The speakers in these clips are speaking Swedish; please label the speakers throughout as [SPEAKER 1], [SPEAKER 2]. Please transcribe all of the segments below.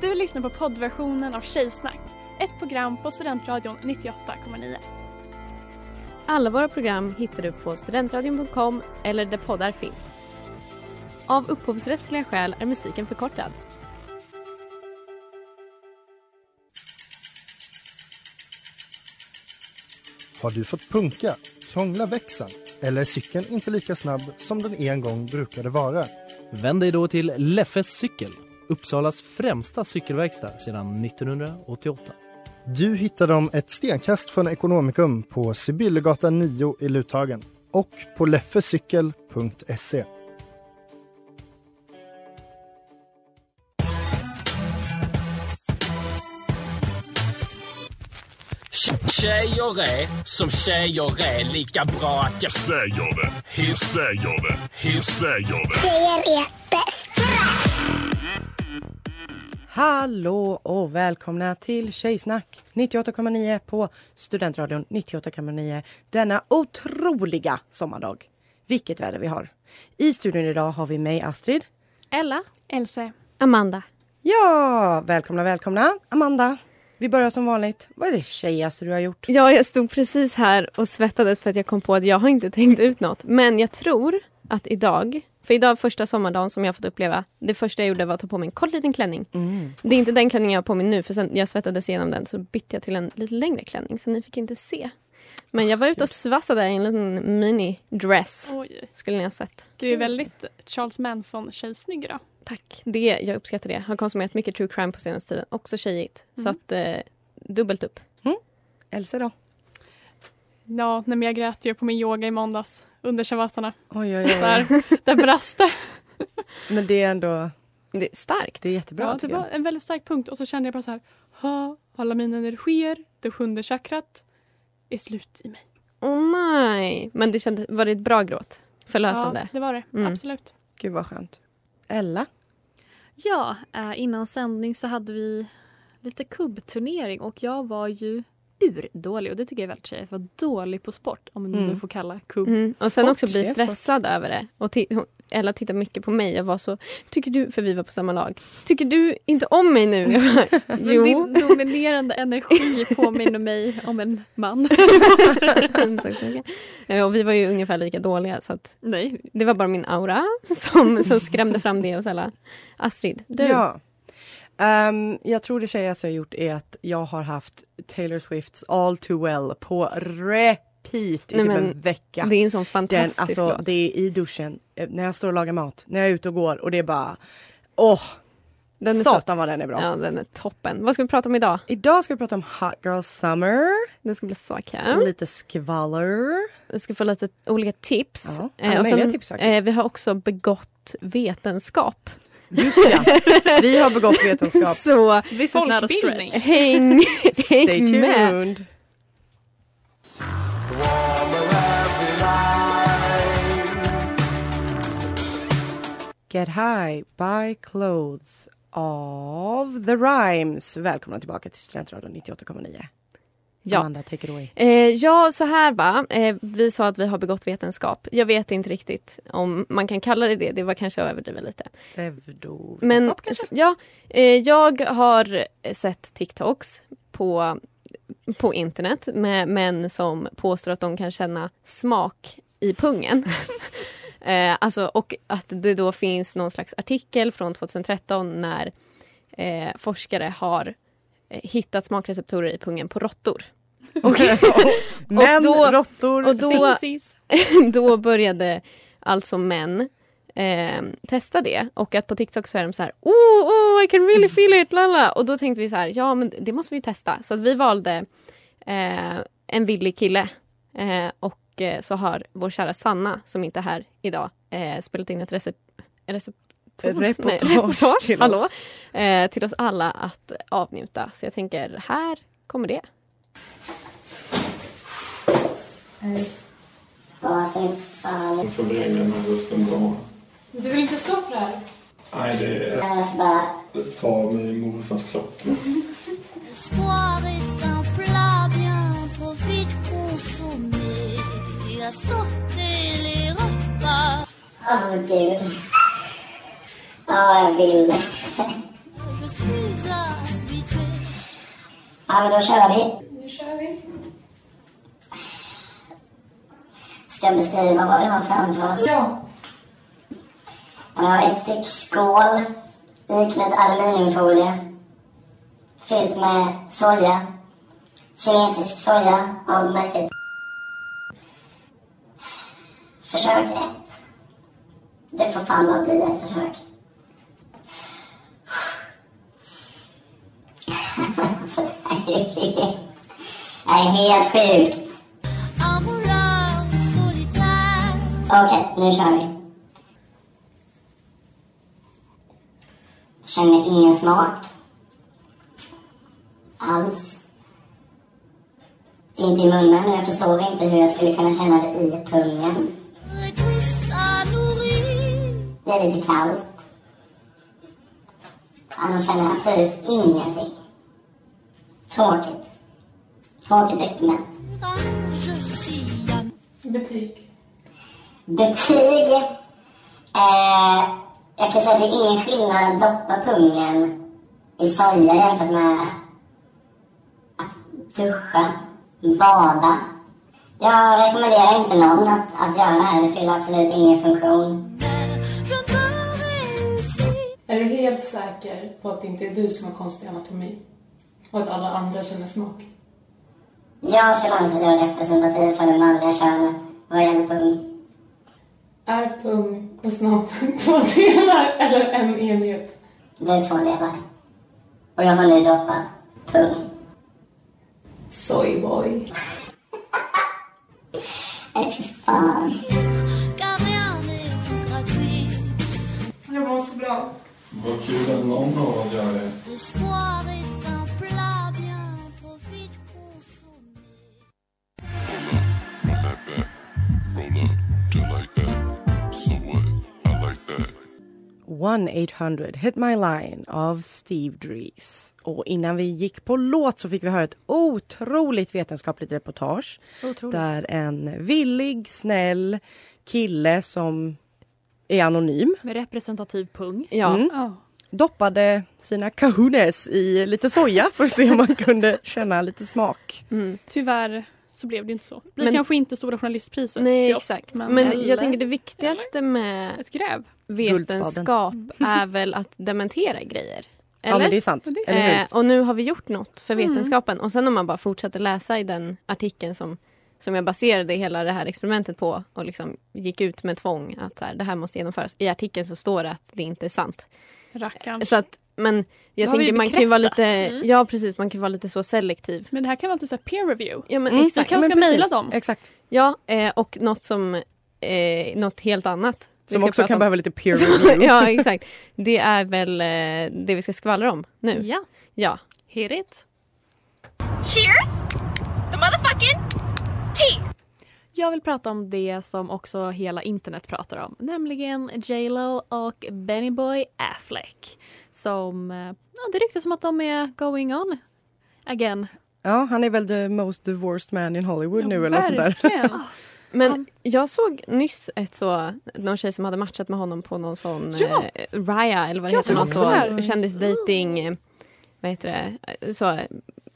[SPEAKER 1] Du lyssnar på poddversionen av Tjejsnack, ett program på Studentradion 98,9.
[SPEAKER 2] Alla våra program hittar du på studentradion.com eller där poddar finns. Av upphovsrättsliga skäl är musiken förkortad.
[SPEAKER 3] Har du fått punka, krångla växeln eller är cykeln inte lika snabb som den en gång brukade vara?
[SPEAKER 4] Vänd dig då till Leffes cykel, Uppsalas främsta cykelverkstad sedan 1988.
[SPEAKER 3] Du hittar dem ett stenkast från Ekonomikum på Sibyllegatan 9 i Luthagen och på leffecykel.se.
[SPEAKER 5] Tje- Tjejer är som tjejer är lika bra att jag säger det. Jag säger det. Jag säger det.
[SPEAKER 6] Hallå och välkomna till Tjejsnack 98,9 på Studentradion 98,9 denna otroliga sommardag. Vilket väder vi har. I studion idag har vi mig Astrid.
[SPEAKER 2] Ella?
[SPEAKER 1] Else,
[SPEAKER 2] Amanda.
[SPEAKER 6] Ja, välkomna, välkomna. Amanda, vi börjar som vanligt. Vad är det tjejigaste du har gjort?
[SPEAKER 2] Ja, jag stod precis här och svettades för att jag kom på att jag har inte tänkt ut något. Men jag tror att idag, för idag är första sommardagen som jag har fått uppleva. Det första jag gjorde var att ta på mig en kort liten klänning. Det är inte den klänningen jag har på mig nu för sen jag svettades igenom den så bytte jag till en lite längre klänning så ni fick inte se. Men jag var ute och svassade i en liten mini-dress.
[SPEAKER 1] oj.
[SPEAKER 2] Skulle ni ha sett.
[SPEAKER 1] Du är väldigt Charles Manson-tjejsnygg idag.
[SPEAKER 2] Tack. Det, jag uppskattar det. Har konsumerat mycket true crime på senaste tiden. Också tjejigt. Så att, eh, dubbelt upp.
[SPEAKER 6] Else då?
[SPEAKER 1] Ja, nej, men jag grät ju på min yoga i måndags under shavasana.
[SPEAKER 6] Oj, oj,
[SPEAKER 1] Där, där brast det.
[SPEAKER 6] Men det är ändå
[SPEAKER 2] Det är starkt.
[SPEAKER 6] det är jättebra
[SPEAKER 1] ja, det
[SPEAKER 6] tycker jag.
[SPEAKER 1] var en väldigt stark punkt och så kände jag bara så här, ha, alla mina energier, det sjunde chakrat är slut i mig.
[SPEAKER 2] Åh nej. Men det kändes, var det ett bra gråt?
[SPEAKER 1] Ja,
[SPEAKER 2] Förlösande?
[SPEAKER 1] det var det.
[SPEAKER 2] Mm.
[SPEAKER 1] Absolut.
[SPEAKER 6] Gud vad skönt. Ella?
[SPEAKER 7] Ja, eh, innan sändning så hade vi lite kubbturnering och jag var ju urdålig och det tycker jag är väldigt tjejigt. Jag var dålig på sport om man
[SPEAKER 6] Mm.
[SPEAKER 7] nu får kalla kubb.
[SPEAKER 2] Mm. Och sen
[SPEAKER 6] Sport,
[SPEAKER 2] också bli
[SPEAKER 6] det är
[SPEAKER 2] stressad över det. Och ti- hon- Ella tittade mycket på mig. Jag var så, tycker du, för vi var på samma lag. Tycker du inte om mig nu? Jag bara,
[SPEAKER 7] Men
[SPEAKER 2] jo.
[SPEAKER 7] Din dominerande energi påminner mig om en man.
[SPEAKER 2] Mm, Tack så mycket. Eh, och vi var ju ungefär lika dåliga så att
[SPEAKER 7] Nej.
[SPEAKER 2] det var bara min aura som, som skrämde fram det hos alla. Astrid, du.
[SPEAKER 6] Ja. Ehm, jag tror det tjejigaste jag gjort är att jag har haft Taylor Swifts All Too Well på repeat i typ
[SPEAKER 2] men
[SPEAKER 6] en vecka.
[SPEAKER 2] Det är en sån
[SPEAKER 6] Den,
[SPEAKER 2] fantastisk
[SPEAKER 6] alltså,
[SPEAKER 2] låt.
[SPEAKER 6] det är i duschen, eh, när jag står och lagar mat, när jag är ute och går och det är bara Åh,
[SPEAKER 2] Den är så,
[SPEAKER 6] satan vad den är bra.
[SPEAKER 2] ja, den är toppen. Vad ska vi prata om idag?
[SPEAKER 6] Idag ska vi prata om Hot Girl Summer,
[SPEAKER 2] Det ska bli så
[SPEAKER 6] och
[SPEAKER 2] kul.
[SPEAKER 6] lite skvaller.
[SPEAKER 2] Vi ska få lite olika tips.
[SPEAKER 6] Ja,
[SPEAKER 2] Eh,
[SPEAKER 6] alla
[SPEAKER 2] och sen,
[SPEAKER 6] möjliga tips faktiskt.
[SPEAKER 2] eh, vi har också begått vetenskap.
[SPEAKER 6] Just ja, vi har begått vetenskap.
[SPEAKER 2] Så
[SPEAKER 7] This is not a
[SPEAKER 1] Folkbildning.
[SPEAKER 7] stretch.
[SPEAKER 2] häng,
[SPEAKER 6] Stay
[SPEAKER 2] häng med.
[SPEAKER 6] tuned. Get high, buy clothes av The Rhymes. Välkomna tillbaka till Studentradion 98,9.
[SPEAKER 2] Ja.
[SPEAKER 6] Amanda, take it away.
[SPEAKER 2] Eh, ja, så här va. Eh, vi sa att vi har begått vetenskap. Jag vet inte riktigt om man kan kalla det det. Det var kanske att överdriva lite. Men,
[SPEAKER 6] Pseudovetenskap kanske?
[SPEAKER 2] ja, eh, jag har sett TikToks på, på internet med män som påstår att de kan känna smak i pungen. eh, alltså, och att det då finns någon slags artikel från 2013 när eh, forskare har eh, hittat smakreceptorer i pungen på råttor.
[SPEAKER 6] Men
[SPEAKER 2] då-
[SPEAKER 6] råttor.
[SPEAKER 2] och då-
[SPEAKER 1] Singsis.
[SPEAKER 2] då började alltså män eh, testa det och att på TikTok så är de så här oh, oh I can really feel it lala och då tänkte vi så här ja men det måste vi testa så att vi valde eh, en villig kille eh, och eh, så har vår kära Sanna som inte är här idag eh, spelat in ett recep- recep-
[SPEAKER 6] reportage,
[SPEAKER 2] Nej, reportage
[SPEAKER 6] till
[SPEAKER 2] hallå,
[SPEAKER 6] oss.
[SPEAKER 2] Eh, till oss alla att avnjuta så jag tänker här kommer det.
[SPEAKER 8] förvränga den här rösten bra. Du vill inte stå för det här? Nej, det är... Det tar mig morfars klocka.
[SPEAKER 9] L'espoir est un plat bien trop vite consommé. Il a sauté les repas. Oh gud. Ja, jag vill. je suis habituée.
[SPEAKER 8] Ja, men då kör vi. Ska jag beskriva vad vi har framför Ja. Vi har ett styck skål iklätt aluminiumfolie fyllt med soja. Kinesisk soja av märket. Försök ett. Det får fan bara bli ett försök. Det är helt sjukt.
[SPEAKER 9] Un voleur solitaire,
[SPEAKER 8] Okej, nu kör vi. Känner ingen smak. Alls. Inte i munnen, jag förstår inte hur jag skulle kunna känna det i pungen.
[SPEAKER 9] triste à nourrir.
[SPEAKER 8] Det är lite kallt. Annars känner jag absolut ingenting. Tråkigt. Tråkigt experiment.
[SPEAKER 9] Je suis am-
[SPEAKER 8] Betyg. Eh, jag kan säga att det är ingen skillnad att doppa pungen i soja jämfört med att duscha, bada. Jag rekommenderar inte någon att, att göra det här. Det fyller absolut ingen funktion.
[SPEAKER 9] mais je peux réussir.
[SPEAKER 10] Är du helt säker på att det inte är du som har konstig anatomi? Och att alla andra känner smak?
[SPEAKER 8] Jag skulle anse det vara representativ för det manliga könet vad gäller pung.
[SPEAKER 10] Är pung och snopp två delar eller en enhet?
[SPEAKER 8] Det är två delar. Och jag har nu doppat pung.
[SPEAKER 10] Soyboy.
[SPEAKER 8] Nej, fy fan.
[SPEAKER 9] car rien n'est gratuit.
[SPEAKER 10] Jag mår så bra.
[SPEAKER 8] Vad kul att någon av oss gör det.
[SPEAKER 9] L'espoir est un plat bien trop vite consommé.
[SPEAKER 6] One 800 Hit My Line av Steve Drees. Och innan vi gick på låt så fick vi höra ett otroligt vetenskapligt reportage.
[SPEAKER 7] Otroligt.
[SPEAKER 6] Där en villig, snäll kille som är anonym
[SPEAKER 7] Med representativ pung.
[SPEAKER 2] Ja.
[SPEAKER 6] Mm.
[SPEAKER 1] Ja.
[SPEAKER 6] doppade sina kahunes i lite soja för att se om man kunde känna lite smak.
[SPEAKER 2] Mm.
[SPEAKER 1] Tyvärr så blev det inte så. Det blir
[SPEAKER 2] Men-
[SPEAKER 1] kanske inte Stora Journalistpriset
[SPEAKER 2] Nej,
[SPEAKER 1] till oss.
[SPEAKER 2] exakt. Men,
[SPEAKER 1] eller
[SPEAKER 2] jag tänker det viktigaste med
[SPEAKER 1] ett gräv.
[SPEAKER 2] vetenskap är väl att dementera grejer.
[SPEAKER 6] Ja, men
[SPEAKER 2] Eller?
[SPEAKER 6] det är sant.
[SPEAKER 1] Ja, det är
[SPEAKER 6] Eller hur?
[SPEAKER 2] eh, och nu har vi gjort något för
[SPEAKER 1] Mm.
[SPEAKER 2] vetenskapen. Och sen om man bara fortsätter läsa i den artikeln som, som jag baserade hela det här experimentet på och liksom gick ut med tvång att så här, det här måste genomföras. I artikeln så står det att det inte är sant.
[SPEAKER 1] Rackarn.
[SPEAKER 2] Så att, men jag
[SPEAKER 1] har vi
[SPEAKER 2] tänker
[SPEAKER 1] ju
[SPEAKER 2] man kan ju vara lite,
[SPEAKER 1] bekräftat. Mm.
[SPEAKER 2] ja precis, man kan vara lite så selektiv.
[SPEAKER 1] Men det här kan vara lite så här peer review.
[SPEAKER 2] Ja, men
[SPEAKER 6] Mm,
[SPEAKER 2] exakt.
[SPEAKER 1] vi kanske
[SPEAKER 6] men
[SPEAKER 1] ska mejla
[SPEAKER 6] precis.
[SPEAKER 1] dem.
[SPEAKER 6] Exakt.
[SPEAKER 2] Ja, eh, och något som, eh, något helt annat. vi
[SPEAKER 6] Som
[SPEAKER 2] ska
[SPEAKER 6] också
[SPEAKER 2] prata
[SPEAKER 6] kan
[SPEAKER 2] om.
[SPEAKER 6] behöva lite peer review.
[SPEAKER 2] ja, exakt. Det är väl eh, det vi ska skvallra om nu.
[SPEAKER 7] Ja,
[SPEAKER 2] Ja.
[SPEAKER 7] hit it.
[SPEAKER 9] Here's the motherfucking tea.
[SPEAKER 7] Jag vill prata om det som också hela internet pratar om, nämligen J Lo och Benny Boy Affleck. Som, eh, ja, det ryktas som att de är going on again.
[SPEAKER 6] Ja, han är väl the most divorced man in Hollywood nu eller något sånt där.
[SPEAKER 1] Verkligen.
[SPEAKER 2] Men jag såg nyss ett så, någon tjej som hade matchat med honom på någon sån
[SPEAKER 1] Ja.
[SPEAKER 2] eh, Raya eller vad det
[SPEAKER 1] Ja,
[SPEAKER 2] heter,
[SPEAKER 1] men
[SPEAKER 2] någon
[SPEAKER 1] också
[SPEAKER 2] sån
[SPEAKER 1] där.
[SPEAKER 2] kändisdejting, eh, vad heter det, Eh, så, eh,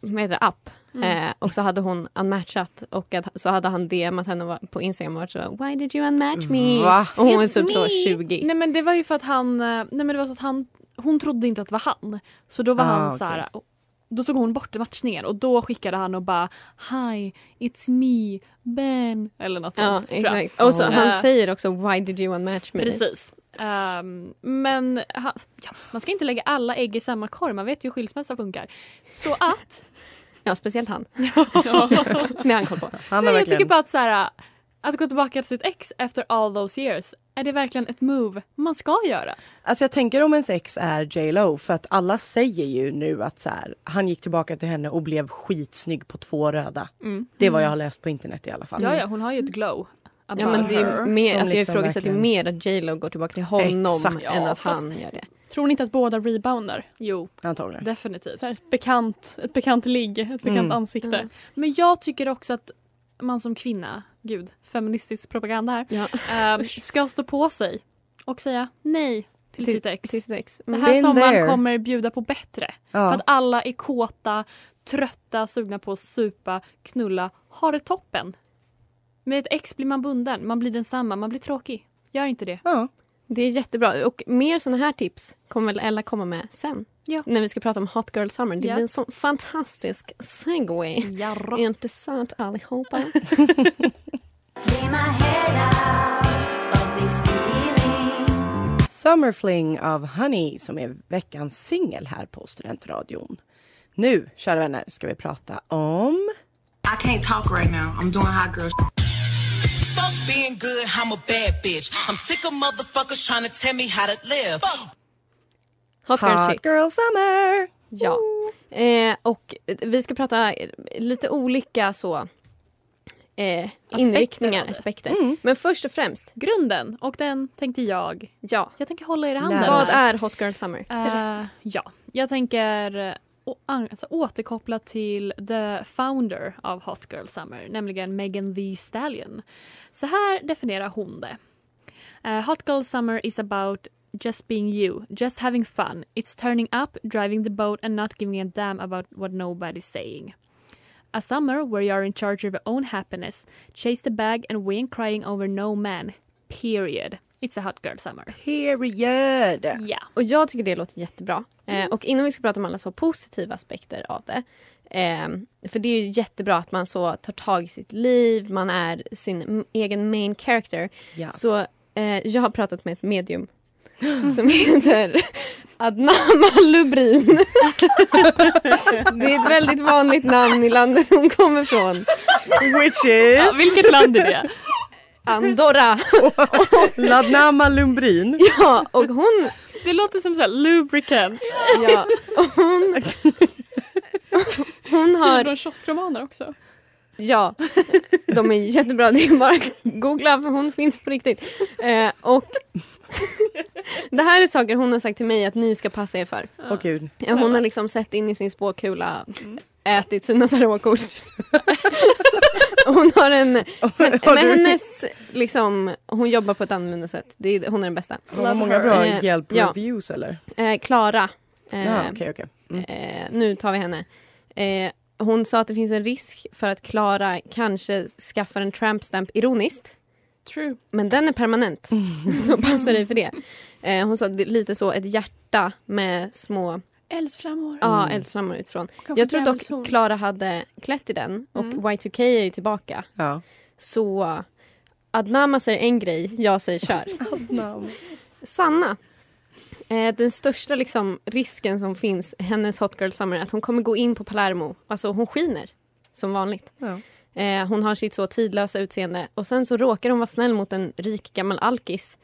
[SPEAKER 2] vad heter det, app. Eh, och så hade hon unmatchat och att, så hade han DMat henne och var- på Instagram och varit så Why did you unmatch me?
[SPEAKER 6] Va?
[SPEAKER 2] Och hon är
[SPEAKER 7] It's
[SPEAKER 2] typ så
[SPEAKER 7] me.
[SPEAKER 2] 20.
[SPEAKER 7] Nej men det var ju för att han, eh, nej men det var så att han, hon trodde inte att det var han. Så då var
[SPEAKER 6] Ah,
[SPEAKER 7] han
[SPEAKER 6] okej.
[SPEAKER 7] så här, och- då såg hon bort i matchningen och då skickade han och bara Hi, it's me, Ben. Eller något
[SPEAKER 2] Ja,
[SPEAKER 7] sånt. tror jag.
[SPEAKER 2] exakt. Och så,
[SPEAKER 7] Ja.
[SPEAKER 2] han
[SPEAKER 7] Eh,
[SPEAKER 2] säger också Why did you unmatch me?
[SPEAKER 7] Precis. Ehm, men han, ja, man ska inte lägga alla ägg i samma korg, man vet ju hur skilsmässa funkar. Så att...
[SPEAKER 2] Ja, speciellt han. Det har han koll på.
[SPEAKER 6] Han har
[SPEAKER 7] men jag tycker
[SPEAKER 6] verkligen...
[SPEAKER 7] bara att så här, att gå tillbaka till sitt ex efter all those years, är det verkligen ett move man ska göra?
[SPEAKER 6] Alltså jag tänker om ens ex är J Lo för att alla säger ju nu att så här, han gick tillbaka till henne och blev skitsnygg på två röda. Det är vad jag
[SPEAKER 2] Mm.
[SPEAKER 6] har läst på internet i alla fall.
[SPEAKER 7] Mm. Ja, ja, hon har ju ett glow. about
[SPEAKER 2] Ja, men det är
[SPEAKER 7] her.
[SPEAKER 2] ju mer,
[SPEAKER 6] Som
[SPEAKER 2] alltså jag
[SPEAKER 6] liksom
[SPEAKER 2] ifrågasätter ju
[SPEAKER 6] verkligen-
[SPEAKER 2] mer att J Lo går tillbaka till honom
[SPEAKER 6] Exakt.
[SPEAKER 2] än
[SPEAKER 6] Ja,
[SPEAKER 2] att
[SPEAKER 6] fast-
[SPEAKER 2] han gör det.
[SPEAKER 1] Tror ni inte att båda reboundar?
[SPEAKER 7] Jo,
[SPEAKER 6] Antagligen.
[SPEAKER 7] definitivt.
[SPEAKER 1] Så här, ett, bekant, ett bekant ligg, ett bekant
[SPEAKER 6] Mm.
[SPEAKER 1] ansikte.
[SPEAKER 7] Mm. Men jag tycker också att man som kvinna, gud, feministisk propaganda här,
[SPEAKER 2] Ja.
[SPEAKER 7] ehm, ska stå på sig och säga nej, till sitt ex.
[SPEAKER 2] Till sitt ex.
[SPEAKER 7] Det
[SPEAKER 2] Mm.
[SPEAKER 7] här
[SPEAKER 6] Been
[SPEAKER 7] sommaren
[SPEAKER 6] there.
[SPEAKER 7] kommer bjuda på bättre. För
[SPEAKER 6] Ja.
[SPEAKER 7] att alla är kåta, trötta, sugna på att supa, knulla, har det toppen. Med ett ex blir man bunden, man blir densamma, man blir tråkig. Gör inte det.
[SPEAKER 6] ja.
[SPEAKER 2] Det är jättebra. Och mer såna här tips kommer väl Ella komma med sen.
[SPEAKER 7] Ja.
[SPEAKER 2] När vi ska prata om Hot Girl Summer. Det
[SPEAKER 7] Ja.
[SPEAKER 2] blir en sån fantastisk segway.
[SPEAKER 7] Jarra.
[SPEAKER 2] Intressant allihopa.
[SPEAKER 6] Summer Fling av Honey som är veckans singel här på Studentradion. Nu, kära vänner, ska vi prata om...
[SPEAKER 11] I can't talk right now. I'm doing hot girl.
[SPEAKER 12] Fuck being good, I'm a bad bitch. I'm sick of motherfuckers trying to tell me how to live.
[SPEAKER 2] Hot Girl Shit.
[SPEAKER 6] Hot Girl Summer!
[SPEAKER 2] Ja. Eh, och vi ska prata eh, lite olika så eh, inriktningar,
[SPEAKER 7] av det.
[SPEAKER 2] aspekter. Men först och främst,
[SPEAKER 7] Grunden, och den tänkte jag.
[SPEAKER 2] ja.
[SPEAKER 7] Jag tänker hålla er i handen.
[SPEAKER 6] Nära.
[SPEAKER 2] Vad
[SPEAKER 7] här.
[SPEAKER 2] är Hot Girl Summer?
[SPEAKER 7] Eh, ja, jag tänker eh, å- an- alltså, återkoppla till the founder av Hot Girl Summer, nämligen Megan Thee Stallion. Så här definierar hon det. Eh, Hot Girl Summer is about just being you, just having fun. It's turning up, driving the boat and not giving a damn about what nobody's saying. A summer where you're in charge of your own happiness, chase the bag and we ain't crying over no man. Period. It's a hot girl summer.
[SPEAKER 6] Period!
[SPEAKER 7] Ja.
[SPEAKER 2] Och jag tycker det låter jättebra. Eh, och innan vi ska prata om alla så positiva aspekter av det. Eh, för det är ju jättebra att man så tar tag i sitt liv, man är sin m- egen main character.
[SPEAKER 6] Yes.
[SPEAKER 2] Så eh, jag har pratat med ett medium som heter Adnama Lubrin. det är ett väldigt vanligt namn i landet hon kommer från.
[SPEAKER 6] Which is...
[SPEAKER 7] Vilket land är det?
[SPEAKER 2] Andorra.
[SPEAKER 6] Ladnama Lumbrin.
[SPEAKER 2] Ja, och hon...
[SPEAKER 7] Det låter som så här lubricant.
[SPEAKER 2] Ja, och hon... Hon har...
[SPEAKER 7] Skriver de kioskromaner också?
[SPEAKER 2] Ja, de är jättebra. Det är bara att googla för hon finns på riktigt. Eh, och det här är saker hon har sagt till mig att ni ska passa er för.
[SPEAKER 6] Åh gud.
[SPEAKER 2] Eh, Hon har liksom sett in i sin spåkula, ätit sina tarotkort. hon har en... Men, men hennes, liksom, hon jobbar på ett annorlunda sätt. Det är, hon är den bästa.
[SPEAKER 6] Har hon många bra
[SPEAKER 2] Eh, ja.
[SPEAKER 6] Yelp-reviews eller?
[SPEAKER 2] Eh, Klara. eh,
[SPEAKER 6] Ja, okej, okej. Mm.
[SPEAKER 2] Eh, nu tar vi henne. Eh, hon sa att det finns en risk för att Klara kanske skaffar en tramp stamp ironiskt.
[SPEAKER 7] True.
[SPEAKER 2] Men den är permanent, så passa dig för det. Eh, hon sa att det är lite så ett hjärta med små
[SPEAKER 7] Eldsflammor.
[SPEAKER 2] ja, eldsflammor utifrån. Jag tror dock Klara hade klätt i den och Y2K är ju tillbaka.
[SPEAKER 6] Ja.
[SPEAKER 2] Så Adnama säger en grej, jag säger kör. Sanna. Eh, den största liksom, risken som finns, hennes Hot Girl Summer, är att hon kommer gå in på Palermo. Alltså hon skiner, som vanligt.
[SPEAKER 6] Ja.
[SPEAKER 2] Eh, hon har sitt så tidlösa utseende och sen så råkar hon vara snäll mot en rik gammal alkis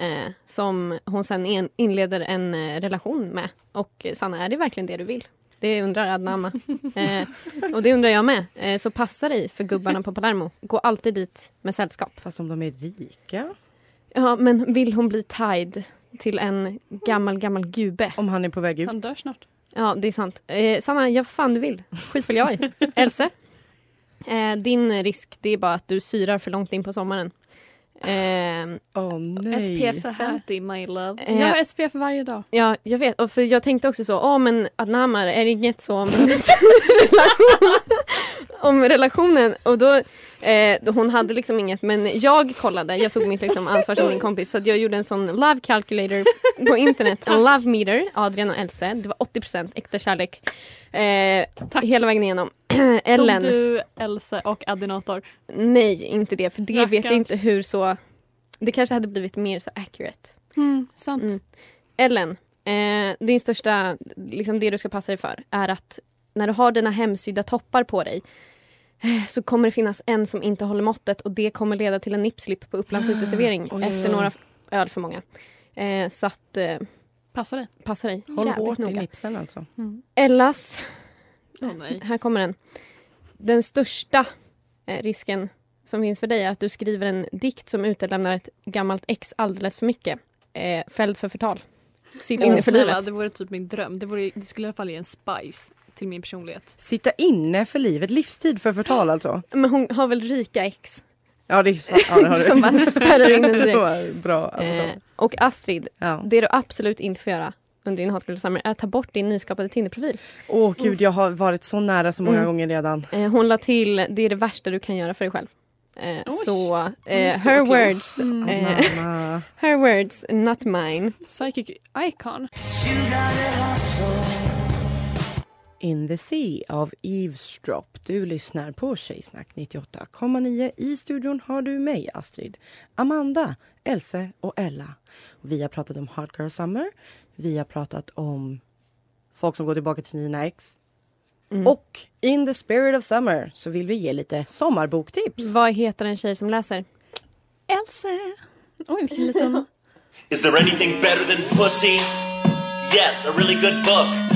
[SPEAKER 2] eh, som hon sen en, inleder en eh, relation med. Och eh, Sanna, är det verkligen det du vill? Det undrar Adnama. Eh, och det undrar jag med. Eh, så passa dig för gubbarna på Palermo. Gå alltid dit med sällskap.
[SPEAKER 6] Fast om de är rika?
[SPEAKER 2] Ja, men vill hon bli tied till en gammal, gammal gube?
[SPEAKER 6] Om han är på väg ut?
[SPEAKER 1] Han dör snart.
[SPEAKER 2] Ja, det är sant. Eh, Sanna, jag fan du vill. Skit väl jag i. Else? Eh, din risk, det är bara att du syrar för långt in på sommaren. Eh,
[SPEAKER 6] Åh nej.
[SPEAKER 7] SPF 50 my love.
[SPEAKER 2] Eh.
[SPEAKER 1] Jag har SPF varje dag.
[SPEAKER 2] ja, jag vet. Och för jag tänkte också så, åh men Adnamar, är det inget så om hennes relation? om relationen? Och då, eh, då, hon hade liksom inget, men jag kollade, jag tog mitt liksom ansvar som din kompis, så att jag gjorde en sån love calculator på internet, en love meter, Adrian och Else. Det var 80% äkta kärlek. Eh, Hela vägen igenom. Ellen.
[SPEAKER 7] Tog du Else och Adinator?
[SPEAKER 2] Nej, inte det. För det vet jag
[SPEAKER 7] Rackarns.
[SPEAKER 2] inte hur så... Det kanske hade blivit mer så accurate.
[SPEAKER 1] Mm, sant.
[SPEAKER 2] Mm. Ellen, eh, din största... Liksom det du ska passa dig för är att när du har dina hemsydda toppar på dig eh, så kommer det finnas en som inte håller måttet och det kommer leda till en nippslip på Upplands uteservering
[SPEAKER 6] Oj, oj,
[SPEAKER 2] efter
[SPEAKER 6] oj.
[SPEAKER 2] några f- öl för många. Eh, så att eh,
[SPEAKER 1] Passar det?
[SPEAKER 2] passa dig
[SPEAKER 6] Håll
[SPEAKER 2] jävligt
[SPEAKER 6] hårt i
[SPEAKER 2] noga.
[SPEAKER 6] nipsen alltså.
[SPEAKER 2] Ellas
[SPEAKER 7] Åh nej.
[SPEAKER 2] här kommer den. Den största eh, risken som finns för dig är att du skriver en dikt som utelämnar ett gammalt ex alldeles för mycket. Eh, fälld för förtal. Sitt
[SPEAKER 7] Men
[SPEAKER 2] inne för
[SPEAKER 7] snälla,
[SPEAKER 2] livet.
[SPEAKER 7] Det vore typ min dröm. Det, vore, det skulle i alla fall ge en spice till min personlighet.
[SPEAKER 6] Sitta inne för livet, livstid för förtal alltså.
[SPEAKER 2] Men hon har väl rika ex
[SPEAKER 6] Ja, det är så. Ja, det har du.
[SPEAKER 2] som bara spärrar in en direkt.
[SPEAKER 6] Det var Bra alltså. advokat.
[SPEAKER 2] Eh, Och Astrid, det du absolut inte får göra under din hatkultursamling är att ta bort din nyskapade Tinder-profil.
[SPEAKER 6] Åh gud, jag har varit så nära så många
[SPEAKER 2] Mm.
[SPEAKER 6] gånger redan.
[SPEAKER 2] Eh, Hon la till, det är det värsta du kan göra för dig själv. Eh, så, eh,
[SPEAKER 7] så kul.
[SPEAKER 2] her words,
[SPEAKER 7] Mm.
[SPEAKER 2] eh,
[SPEAKER 6] Mamma.
[SPEAKER 2] her words, not mine.
[SPEAKER 7] Psychic icon.
[SPEAKER 6] In the Sea av Eavesdrop. Du lyssnar på Tjejsnack 98,9. I studion har du mig, Astrid, Amanda, Else och Ella. Vi har pratat om Hardcore Summer. Vi har pratat om folk som går tillbaka till sina ex. Och in the spirit of summer så vill vi ge lite sommarboktips.
[SPEAKER 2] Vad heter en tjej som läser?
[SPEAKER 7] Else! Oj, vilken liten...
[SPEAKER 5] Is there anything better than pussy? Yes, a really good book.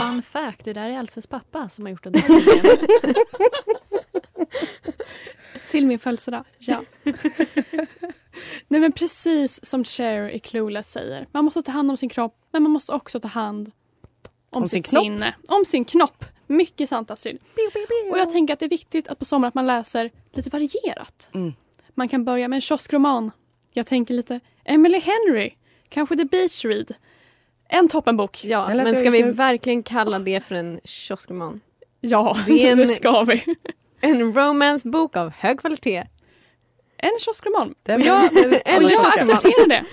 [SPEAKER 9] Fun fact, det där är Elses pappa som har gjort den där videon.
[SPEAKER 7] Till min födelsedag, ja. Nej men precis som Cher i Clueless säger. Man måste ta hand om sin kropp, men man måste också ta hand om,
[SPEAKER 6] Om sin
[SPEAKER 7] sitt
[SPEAKER 6] knopp.
[SPEAKER 7] sinne. Om sin knopp. Mycket sant Astrid. Och jag tänker att det är viktigt att på sommaren att man läser lite varierat.
[SPEAKER 6] Mm.
[SPEAKER 7] Man kan börja med en kioskroman. Jag tänker lite Emily Henry, kanske The Beach Read. En toppenbok.
[SPEAKER 2] Ja,
[SPEAKER 7] Jag läser
[SPEAKER 2] men ska
[SPEAKER 7] just
[SPEAKER 2] vi
[SPEAKER 7] nu.
[SPEAKER 2] verkligen kalla det för en kioskroman?
[SPEAKER 7] Ja,
[SPEAKER 2] Det
[SPEAKER 7] det,
[SPEAKER 2] är en-
[SPEAKER 7] ska vi.
[SPEAKER 2] En romancebok av hög kvalitet.
[SPEAKER 7] En kioskroman.
[SPEAKER 6] Det
[SPEAKER 7] Och
[SPEAKER 6] var-
[SPEAKER 7] jag,
[SPEAKER 6] det var-
[SPEAKER 7] och jag
[SPEAKER 6] kioskroman.
[SPEAKER 7] accepterar det.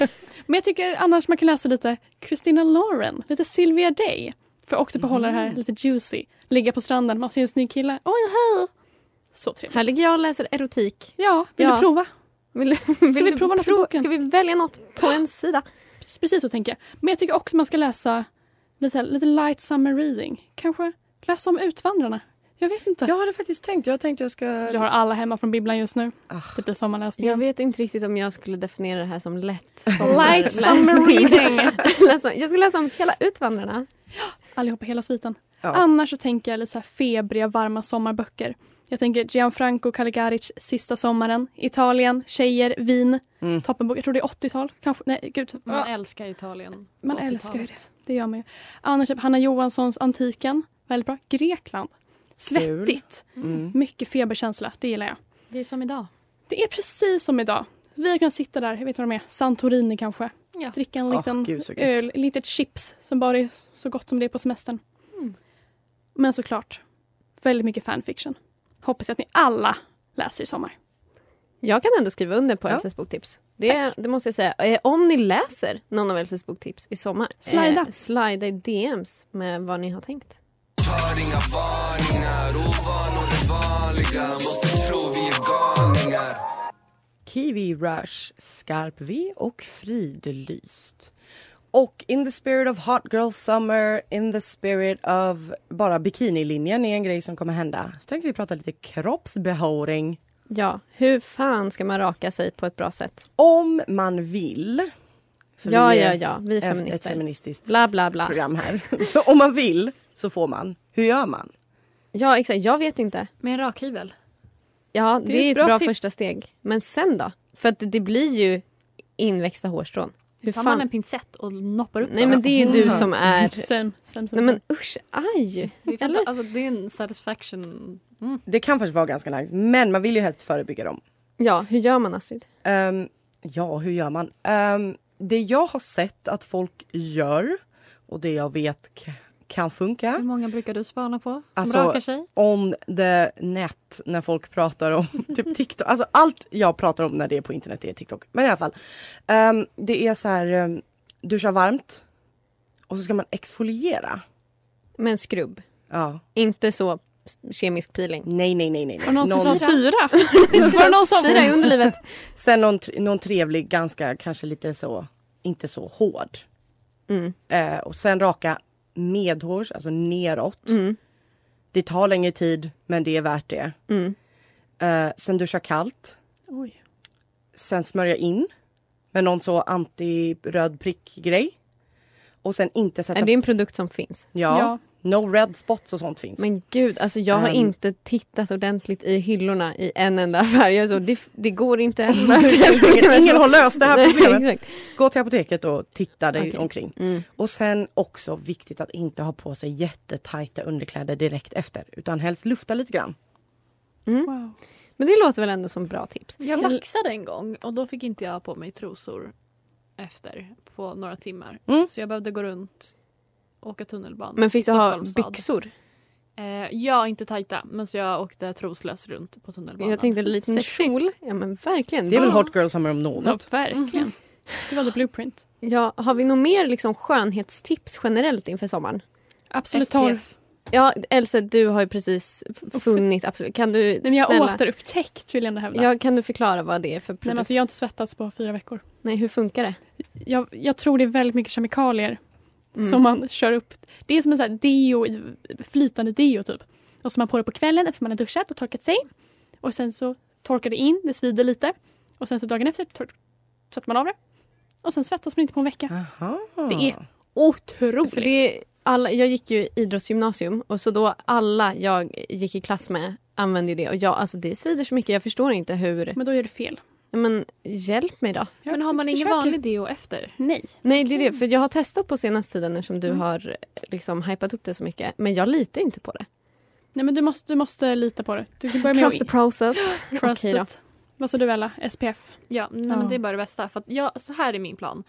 [SPEAKER 7] Men jag tycker annars man kan läsa lite Christina Lauren, lite Sylvia Day. För att också behålla det här lite juicy. Ligga på stranden, man ser en snygg kille. Oj, hej! Så trevligt.
[SPEAKER 2] Här ligger jag och läser erotik.
[SPEAKER 7] Ja, vill
[SPEAKER 2] Ja.
[SPEAKER 7] du prova?
[SPEAKER 2] Vill,
[SPEAKER 7] Ska vi prova något i boken?
[SPEAKER 2] Ska vi välja något på en sida?
[SPEAKER 7] Precis, precis så tänker jag. Men jag tycker också man ska läsa lite, så här- lite light summer reading. Kanske läsa om Utvandrarna. Jag vet inte.
[SPEAKER 6] Jag hade faktiskt tänkt, jag tänkte jag ska...
[SPEAKER 7] Jag har alla hemma från bibblan just nu.
[SPEAKER 6] Ah.
[SPEAKER 7] Det blir sommarläsning.
[SPEAKER 2] Jag vet inte riktigt om jag skulle definiera det här som lätt
[SPEAKER 7] Light summer
[SPEAKER 2] sommarläsning.
[SPEAKER 7] reading.
[SPEAKER 2] Läsa- jag ska läsa om hela Utvandrarna.
[SPEAKER 7] Allihopa hela sviten.
[SPEAKER 6] Ja.
[SPEAKER 7] Annars så tänker jag lite så här febriga, varma sommarböcker. Jag tänker Gianfranco Caligaric Sista sommaren, Italien, tjejer, vin,
[SPEAKER 6] Mm.
[SPEAKER 7] toppenbok. Jag tror det är 80-tal. Kanske, nej, gud.
[SPEAKER 9] Man älskar Italien.
[SPEAKER 7] Man
[SPEAKER 9] 80-talet.
[SPEAKER 7] älskar ju det. Det gör man ju. Annars typ Hanna Johanssons Antiken. Väldigt bra. Grekland. Svettigt.
[SPEAKER 6] Mm.
[SPEAKER 7] Mycket feberkänsla. Det gillar jag.
[SPEAKER 9] Det är som idag.
[SPEAKER 7] Det är precis som idag. Vi har kunnat sitta där, jag vet inte vad de är, Santorini kanske.
[SPEAKER 9] Ja.
[SPEAKER 7] Dricka en
[SPEAKER 6] Åh,
[SPEAKER 7] liten
[SPEAKER 6] gud, så gött.
[SPEAKER 7] öl, litet chips som bara är så gott som det är på semestern.
[SPEAKER 9] Mm.
[SPEAKER 7] Men såklart, väldigt mycket fanfiction. Hoppas att ni alla läser i sommar.
[SPEAKER 2] Jag kan ändå skriva under på
[SPEAKER 6] Ja.
[SPEAKER 2] Elses boktips. Det, det måste jag säga. Eh, Om ni läser någon av Elses boktips i sommar, eh,
[SPEAKER 7] Slida.
[SPEAKER 2] slida i DMs med vad ni har tänkt.
[SPEAKER 6] Kiwi Rush, Skarp V och Fridlyst. Och In the spirit of hot girl summer, in the spirit of bara bikinilinjen är en grej som kommer hända. Så tänkte vi prata lite kroppsbehåring.
[SPEAKER 2] Ja, hur fan ska man raka sig på ett bra sätt?
[SPEAKER 6] Om man vill. För
[SPEAKER 2] ja,
[SPEAKER 6] vi
[SPEAKER 2] ja,
[SPEAKER 6] är
[SPEAKER 2] ja, vi är
[SPEAKER 6] ett-
[SPEAKER 2] feminister.
[SPEAKER 6] Ett feministiskt
[SPEAKER 2] Bla, bla, bla.
[SPEAKER 6] program här. Så om man vill så får man. Hur gör man?
[SPEAKER 2] Ja, exakt. Jag vet inte.
[SPEAKER 9] Med en rakhyvel.
[SPEAKER 2] Ja, det, är ett bra,
[SPEAKER 7] tips.
[SPEAKER 2] första steg. Men sen då? För att det blir ju inväxta hårstrån. Hur
[SPEAKER 9] Tar
[SPEAKER 2] fan?
[SPEAKER 9] man en pincett och noppar upp
[SPEAKER 2] Nej,
[SPEAKER 9] dem.
[SPEAKER 2] men det är ju du som är...
[SPEAKER 7] Mm. Same, same, same.
[SPEAKER 2] Nej, men usch, aj!
[SPEAKER 9] Det är,
[SPEAKER 2] Eller?
[SPEAKER 9] fanta- alltså, det är en satisfaction. Mm.
[SPEAKER 6] Det kan faktiskt vara ganska nice, men man vill ju helst förebygga dem.
[SPEAKER 2] Ja, hur gör man Astrid?
[SPEAKER 6] Ehm, ja, hur gör man? Ehm, det jag har sett att folk gör och det jag vet k- kan
[SPEAKER 9] Hur
[SPEAKER 6] funka
[SPEAKER 9] många brukar du spana på som
[SPEAKER 6] Alltså,
[SPEAKER 9] rakar sig?
[SPEAKER 6] on the net när folk pratar om typ TikTok. Alltså allt jag pratar om när det är på internet är TikTok. Men i alla fall. Ehm, det är så här, ehm, duscha varmt och så ska man exfoliera.
[SPEAKER 2] Med en skrubb.
[SPEAKER 6] Ja.
[SPEAKER 2] Inte så kemisk peeling.
[SPEAKER 6] Nej, nej, nej, nej. nej.
[SPEAKER 7] Var det någon som sa syra?
[SPEAKER 2] Så
[SPEAKER 7] var det någon som-
[SPEAKER 2] syra i underlivet.
[SPEAKER 6] Sen någon, tr- någon trevlig, ganska kanske lite så, inte så hård.
[SPEAKER 2] Mm.
[SPEAKER 6] Eh, och sen raka medhårs, alltså neråt.
[SPEAKER 2] Mm.
[SPEAKER 6] Det tar längre tid, men det är värt det.
[SPEAKER 2] Mm.
[SPEAKER 6] Eh, sen duscha kallt.
[SPEAKER 7] Oj.
[SPEAKER 6] Sen smörja in med någon så anti-röd prick-grej. Och sen inte sätta...
[SPEAKER 2] Är det en produkt som finns?
[SPEAKER 6] Ja,
[SPEAKER 7] Ja.
[SPEAKER 6] No red spots och sånt finns.
[SPEAKER 2] Men gud, alltså jag har
[SPEAKER 6] Ehm.
[SPEAKER 2] inte tittat ordentligt i hyllorna i en enda affär. Jag är så, det, det går inte. Alltså, jag ska-
[SPEAKER 6] Ingen- ingen har löst det här
[SPEAKER 2] Nej,
[SPEAKER 6] problemet.
[SPEAKER 2] exakt.
[SPEAKER 6] Gå till apoteket och titta dig
[SPEAKER 2] Okej.
[SPEAKER 6] omkring.
[SPEAKER 2] Mm.
[SPEAKER 6] Och sen också viktigt att inte ha på sig jättetajta underkläder direkt efter utan helst lufta lite grann.
[SPEAKER 7] Wow.
[SPEAKER 2] Men det låter väl ändå som bra tips.
[SPEAKER 7] Jag laxade en gång och då fick inte jag på mig trosor efter på några timmar. Så jag behövde gå runt och åka tunnelbana.
[SPEAKER 2] Men fick
[SPEAKER 7] i
[SPEAKER 2] du ha
[SPEAKER 7] Stockholms stad.
[SPEAKER 2] byxor?
[SPEAKER 7] Eh, ja, inte tajta. Men så jag åkte troslös runt på tunnelbanan.
[SPEAKER 2] Jag tänkte en liten
[SPEAKER 7] Sexigt.
[SPEAKER 2] kjol. Ja men verkligen.
[SPEAKER 6] Det är väl
[SPEAKER 2] Ja.
[SPEAKER 6] hot girl summer om
[SPEAKER 7] Ja,
[SPEAKER 6] något.
[SPEAKER 7] verkligen. Det var the blueprint.
[SPEAKER 2] Ja, har vi något mer liksom skönhetstips generellt inför sommaren?
[SPEAKER 1] Absolut
[SPEAKER 2] SPF.
[SPEAKER 1] torv.
[SPEAKER 2] Ja, Elsa, du har ju precis funnit absolut. Kan du
[SPEAKER 1] Nej, men jag har
[SPEAKER 2] snälla,
[SPEAKER 1] återupptäckt vill jag ändå hävda.
[SPEAKER 2] ja, kan du förklara vad det är för produkt?
[SPEAKER 1] Nej, men alltså, jag har inte svettats på fyra veckor.
[SPEAKER 2] Nej, hur funkar det?
[SPEAKER 1] Jag, jag tror det är väldigt mycket kemikalier
[SPEAKER 2] Mm.
[SPEAKER 1] som man kör upp. Det är som en sån här deo, i- flytande deo typ. Och så man på det på kvällen efter man har duschat och torkat sig. Och sen så torkar det in, det svider lite. Och sen så dagen efter tor- sätter man av det. Och sen svettas man inte på en vecka.
[SPEAKER 6] Aha.
[SPEAKER 1] Det är otroligt.
[SPEAKER 2] För det är alla, jag gick ju idrottsgymnasium och så då alla jag gick i klass med använde ju det och jag, alltså det svider så mycket. Jag förstår inte hur.
[SPEAKER 1] Men då gör du fel.
[SPEAKER 2] Men hjälp mig då.
[SPEAKER 1] Jag
[SPEAKER 7] Men har man ingen
[SPEAKER 1] försöker.
[SPEAKER 7] vanlig deo efter?
[SPEAKER 1] Nej.
[SPEAKER 2] Nej, det är
[SPEAKER 7] Mm.
[SPEAKER 2] det. För jag har testat på senaste tiden eftersom du har liksom hypat upp det så mycket. Men jag litar inte på det.
[SPEAKER 1] Nej men du måste, du måste lita på det. Du kan börja med
[SPEAKER 2] Trust
[SPEAKER 1] att...
[SPEAKER 2] the process.
[SPEAKER 1] Trust
[SPEAKER 2] Okej då.
[SPEAKER 1] it. Vad sa du Ella? SPF?
[SPEAKER 7] Ja, nej,
[SPEAKER 1] Ja.
[SPEAKER 7] men det är bara det bästa. För att jag, så här är min plan.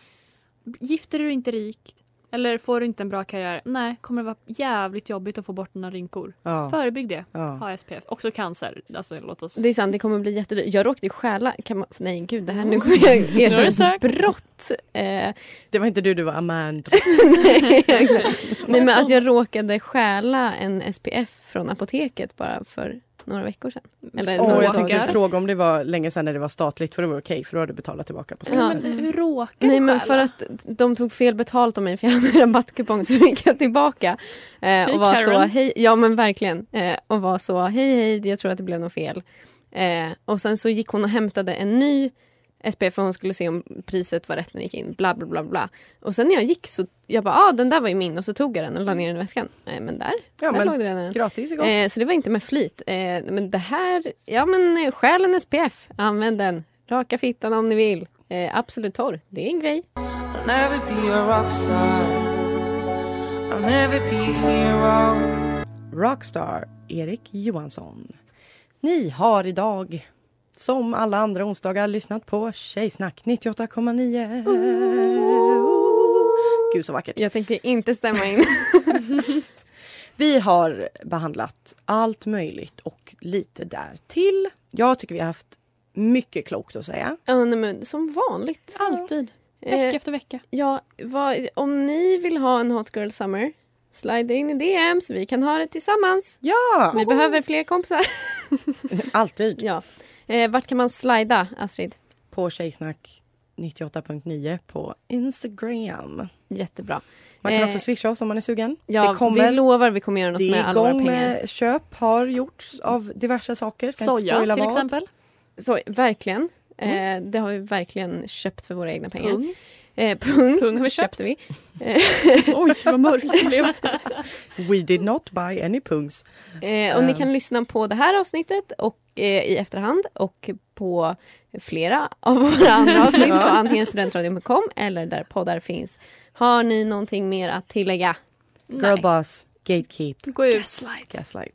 [SPEAKER 7] Gifter du inte rikt eller får du inte en bra karriär, nej, kommer det vara jävligt jobbigt att få bort dina rynkor.
[SPEAKER 6] Ja.
[SPEAKER 7] Förebygg det.
[SPEAKER 6] Ja.
[SPEAKER 7] Ha SPF. Också cancer. Alltså, låt oss...
[SPEAKER 2] Det är sant, det kommer bli jättedyrt. Jag råkade ju stjäla... Kan man, nej, gud, det här
[SPEAKER 7] Mm.
[SPEAKER 2] nu kommer jag erkänna ett brott. Eh,
[SPEAKER 6] Det var inte du, du var Amanda.
[SPEAKER 2] nej, exakt. nej, men att jag råkade stjäla en SPF från apoteket bara för några veckor sedan. Eller
[SPEAKER 6] Åh,
[SPEAKER 2] några
[SPEAKER 6] jag tänkte
[SPEAKER 2] dagar.
[SPEAKER 6] fråga om det var länge sedan när det var statligt för det var okej för då hade du betalat tillbaka på
[SPEAKER 2] Ja.
[SPEAKER 6] skatten.
[SPEAKER 7] Men hur råkar du
[SPEAKER 2] Mm. Nej men
[SPEAKER 7] stjäla?
[SPEAKER 2] för att de tog fel betalt av mig för jag hade en rabattkupong så gick jag tillbaka. Eh,
[SPEAKER 1] Hej,
[SPEAKER 2] och var så,
[SPEAKER 1] Karen.
[SPEAKER 2] hej, ja men verkligen. Eh, och var så, hej hej, jag tror att det blev något fel. Eh, och sen så gick hon och hämtade en ny SPF för hon skulle se om priset var rätt när jag gick in. Bla bla bla bla. Och sen när jag gick så, jag bara, ah den där var ju min och så tog jag den och la ner den i väskan. Nej men där,
[SPEAKER 6] Ja,
[SPEAKER 2] där
[SPEAKER 6] men
[SPEAKER 2] låg det redan en.
[SPEAKER 6] gratis igång.
[SPEAKER 2] Eh, så det var inte med flit. Eh, men det här, ja men eh, stjäl en SPF, använd den. Raka fittan om ni vill. Eh, absolut torr, det är en grej.
[SPEAKER 12] I'll never be a rock star. I'll never be a hero.
[SPEAKER 6] Rockstar Erik Johansson. Ni har idag, som alla andra onsdagar, lyssnat på Tjejsnack 98,9. Gud så vackert.
[SPEAKER 2] Jag tänker inte stämma in.
[SPEAKER 6] Vi har behandlat allt möjligt och lite därtill. Jag tycker vi har haft mycket klokt att säga.
[SPEAKER 2] ja, nej, men som vanligt.
[SPEAKER 1] Alltid. Vecka
[SPEAKER 2] Eh,
[SPEAKER 1] efter vecka.
[SPEAKER 2] ja, vad, om ni vill ha en Hot Girl Summer, slide in i DMs. Vi kan ha det tillsammans.
[SPEAKER 6] Ja,
[SPEAKER 2] Vi behöver fler kompisar.
[SPEAKER 6] alltid
[SPEAKER 2] ja. eh, vart kan man slida, Astrid?
[SPEAKER 6] på Tjejsnack 98.9 på Instagram.
[SPEAKER 2] Jättebra.
[SPEAKER 6] Man kan
[SPEAKER 2] Eh,
[SPEAKER 6] också swisha oss om man är sugen.
[SPEAKER 2] Ja,
[SPEAKER 6] det kommer.
[SPEAKER 2] Vi lovar vi kommer göra något
[SPEAKER 6] det
[SPEAKER 2] med
[SPEAKER 6] är
[SPEAKER 2] alla våra
[SPEAKER 6] igång
[SPEAKER 2] pengar.
[SPEAKER 6] med köp har gjorts av diverse saker. Ska inte
[SPEAKER 7] Soja
[SPEAKER 6] spoila
[SPEAKER 7] till
[SPEAKER 6] vad.
[SPEAKER 7] exempel.
[SPEAKER 2] Så, verkligen.
[SPEAKER 6] Mm.
[SPEAKER 2] Eh, det har vi verkligen köpt för våra egna pengar.
[SPEAKER 7] Pung.
[SPEAKER 2] Eh, pung.
[SPEAKER 1] Pung har vi köpt.
[SPEAKER 2] köpte vi.
[SPEAKER 1] Oj, vad mörkt det blev.
[SPEAKER 6] We did not buy any pungs.
[SPEAKER 2] Eh, och ni kan lyssna på det här avsnittet och, eh, i efterhand och på flera av våra andra avsnitt på antingen studentradion.com eller där poddar finns. Har ni någonting mer att tillägga?
[SPEAKER 6] Girlboss, gatekeep,
[SPEAKER 7] Gå ut.
[SPEAKER 6] gaslight.